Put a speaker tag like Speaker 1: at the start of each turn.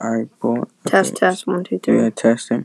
Speaker 1: All right, boy.
Speaker 2: Test,
Speaker 1: Okay.
Speaker 2: test, one, two, three.
Speaker 1: Yeah, test him.